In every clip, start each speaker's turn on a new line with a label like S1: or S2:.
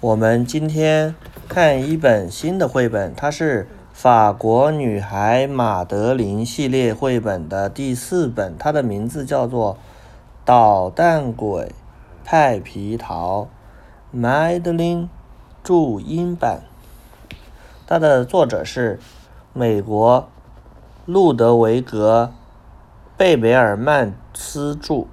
S1: 我们今天看一本新的绘本，它是法国女孩马德琳系列绘本的第四本，它的名字叫做《捣蛋鬼派皮桃》，Madeline 注音版。它的作者是美国路德维格·贝梅尔曼斯著。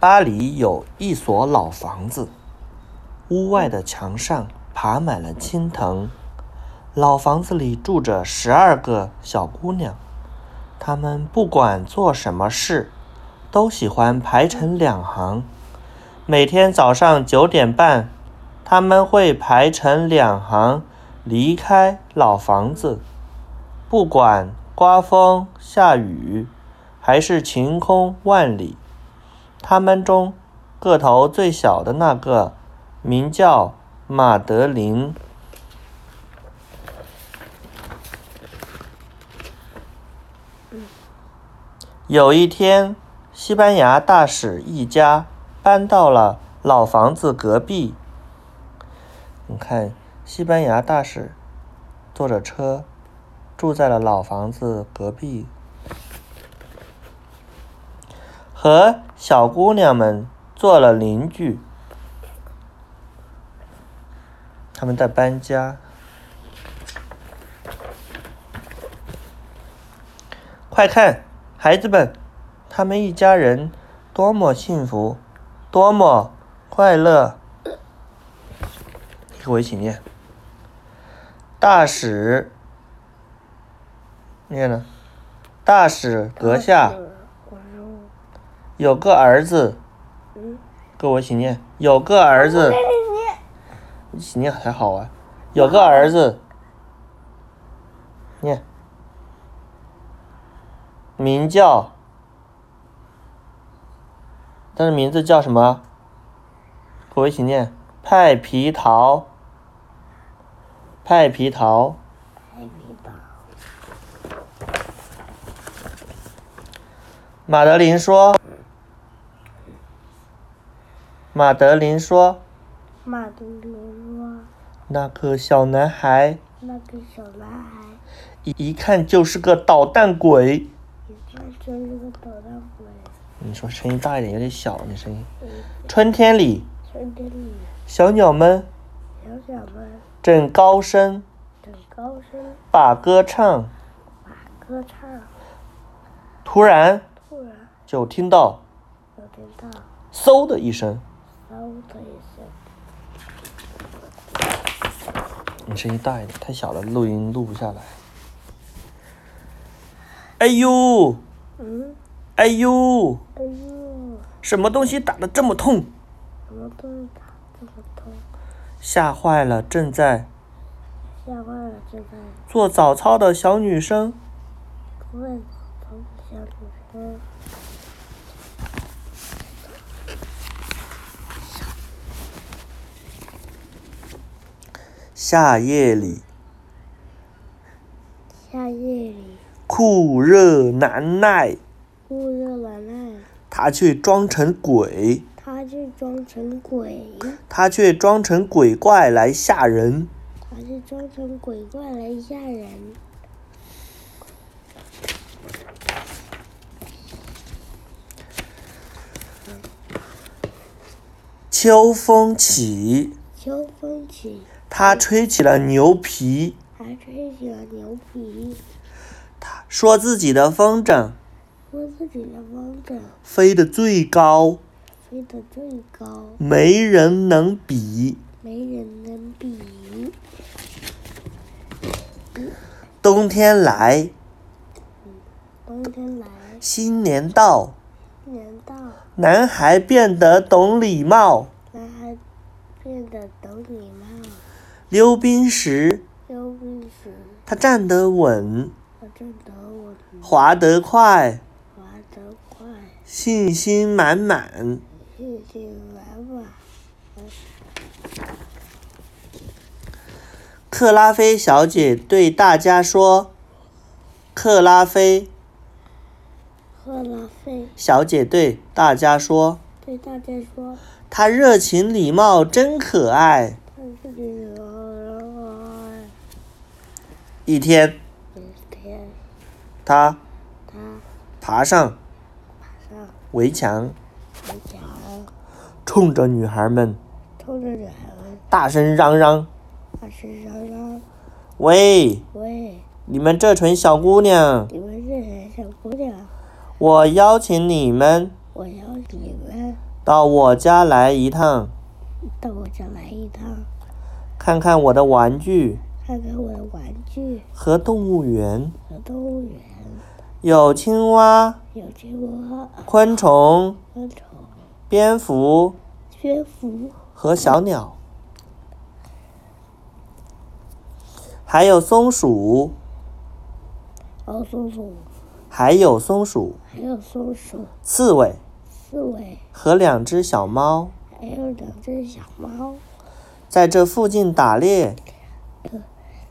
S1: 巴黎有一所老房子，屋外的墙上爬满了青藤。老房子里住着十二个小姑娘，她们不管做什么事，都喜欢排成两行。每天早上九点半，她们会排成两行离开老房子，不管刮风下雨，还是晴空万里。他们中个头最小的那个名叫马德琳。有一天，西班牙大使一家搬到了老房子隔壁。你看，西班牙大使坐着车住在了老房子隔壁。和小姑娘们做了邻居。他们在搬家。快看，孩子们，他们一家人多么幸福，多么快乐！你和我一起念。大使，念呢？大使阁下。有个儿子，跟我一起念。有个儿子，一起念才好玩。有个儿子，念，名叫，他的名字叫什么？跟我一起念。派皮桃，派皮桃，马德琳说。马德琳说
S2: 马德琳说：“
S1: 那个小男孩
S2: 那个小男孩
S1: 一一看就是个捣蛋鬼。
S2: 一看就是个捣蛋鬼。”
S1: 你说声音大一点，有点小，你声音。
S2: 嗯，
S1: 春天里，
S2: 春天里，
S1: 小鸟们
S2: 小鸟们
S1: 正高声
S2: 很高声
S1: 把歌唱，
S2: 歌唱，
S1: 突然
S2: 突然
S1: 就听到
S2: 我听到
S1: 嗖的一声。
S2: 嗖的一声，
S1: 你声音大一点，太小了，录音录不下来。哎呦，
S2: 嗯，
S1: 哎呦，
S2: 哎呦，
S1: 什么东西打得这么痛？
S2: 怎么都打这么痛？
S1: 吓坏了正在
S2: 吓坏了这个
S1: 做早操的小女生。
S2: 问从小女生。
S1: 夏夜里，
S2: 夏夜里，
S1: 酷热难耐，
S2: 酷热难耐，
S1: 他却装成鬼，
S2: 他就装成鬼，
S1: 他却装成鬼怪来吓人。
S2: 他就装成鬼怪来吓人。
S1: 秋风起，
S2: 秋风起，
S1: 他吹起了牛皮，
S2: 还吹起了牛皮，
S1: 说自己的风筝
S2: 说自己的风筝
S1: 飞得最高，
S2: 飞得最高，
S1: 没人能比。
S2: 没人能比。
S1: 冬天来，
S2: 冬天来，
S1: 新年到，
S2: 新年到，
S1: 男孩变得懂礼貌。
S2: 男孩变得懂礼貌，
S1: 溜冰时，
S2: 溜冰时
S1: 他站得稳，
S2: 我正得我
S1: 滑得快，
S2: 滑得快，
S1: 信心满满。
S2: 信心满满。
S1: 克拉菲小姐对大家说：“克拉菲
S2: 克拉菲
S1: 小姐对大家说，
S2: 对大家说，
S1: 他热情礼貌，真可爱。
S2: 他是女儿我
S1: 一天，
S2: 有一天
S1: 他
S2: 他
S1: 爬上
S2: 爬上
S1: 围墙，
S2: 围墙，
S1: 冲着女孩们
S2: 冲着女孩们
S1: 大声嚷嚷
S2: 大声嚷嚷：“
S1: 喂，：“
S2: 喂，
S1: 你们这群小姑娘，
S2: 你们这些小姑娘，
S1: 我邀请你们
S2: 我要你们
S1: 到我家来一趟，
S2: 到我家来一趟，
S1: 看看我的玩具
S2: 看看我的玩具
S1: 和动物园，
S2: 和动物园，
S1: 有青蛙、
S2: 有青蛙、
S1: 昆虫、
S2: 昆虫、
S1: 蝙蝠
S2: 蝙蝠，
S1: 和小鸟，还有松鼠，
S2: 还有松鼠，
S1: 还有松鼠、
S2: 还有松鼠、
S1: 刺猬
S2: 刺猬，
S1: 和两只小猫，
S2: 还有两只小猫。”
S1: 在这附近打猎，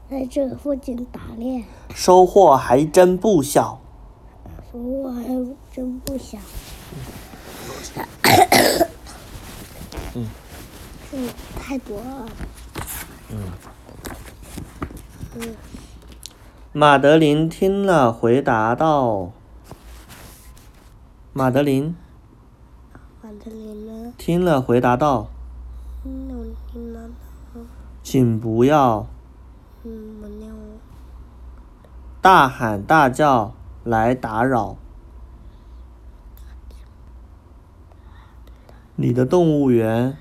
S2: 在这附近打猎，
S1: 收获还真不小。
S2: 不过还真不小。嗯，太多了。
S1: 马德琳听了，回答道：“马德琳
S2: 马德里呢？
S1: 听了，回答道，
S2: 嗯，我听到了。
S1: 请不要
S2: 嗯，我念我
S1: 大喊大叫来打扰你的动物园，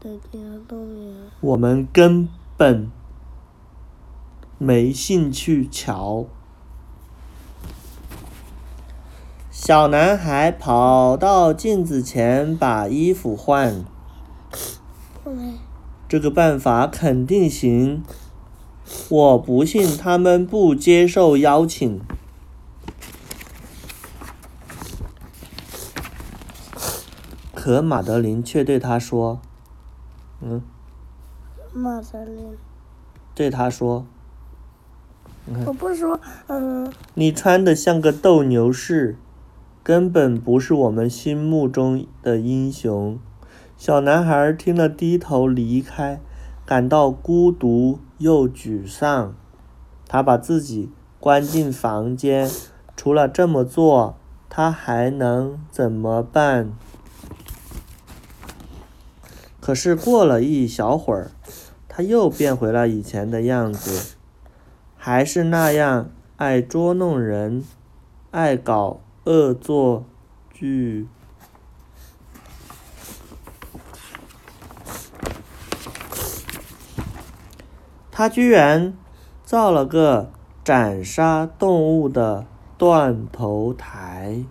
S2: 的那个动物园，
S1: 我们根本没兴趣瞧。”小男孩跑到镜子前，把衣服换。
S2: 嗯，
S1: 这个办法肯定行。我不信他们不接受邀请。可马德琳却对他说：“嗯，
S2: 马德里。
S1: 对他说，
S2: 我不说，嗯，
S1: 你穿的像个斗牛士，根本不是我们心目中的英雄。”小男孩听了，低头离开，感到孤独又沮丧。他把自己关进房间，除了这么做，他还能怎么办？可是过了一小会儿，他又变回了以前的样子，还是那样爱捉弄人，爱搞恶作剧。他居然造了个斩杀动物的断头台。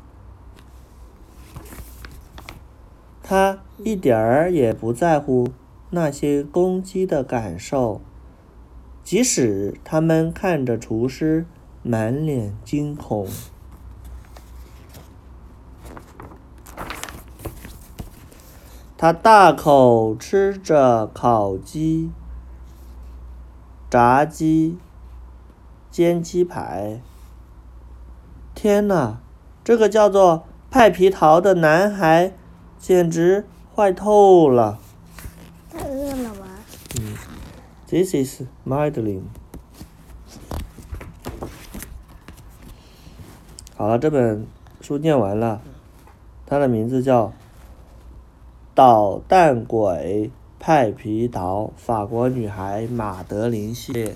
S1: 他一点儿也不在乎那些公鸡的感受，即使他们看着厨师满脸惊恐。他大口吃着烤鸡、炸鸡、煎鸡排。天哪，这个叫做派皮桃的男孩简直坏透了。
S2: 太饿了吧？
S1: This is Madeline。好了，这本书念完了，它的名字叫《捣蛋鬼派皮桃》，法国女孩马德琳系列。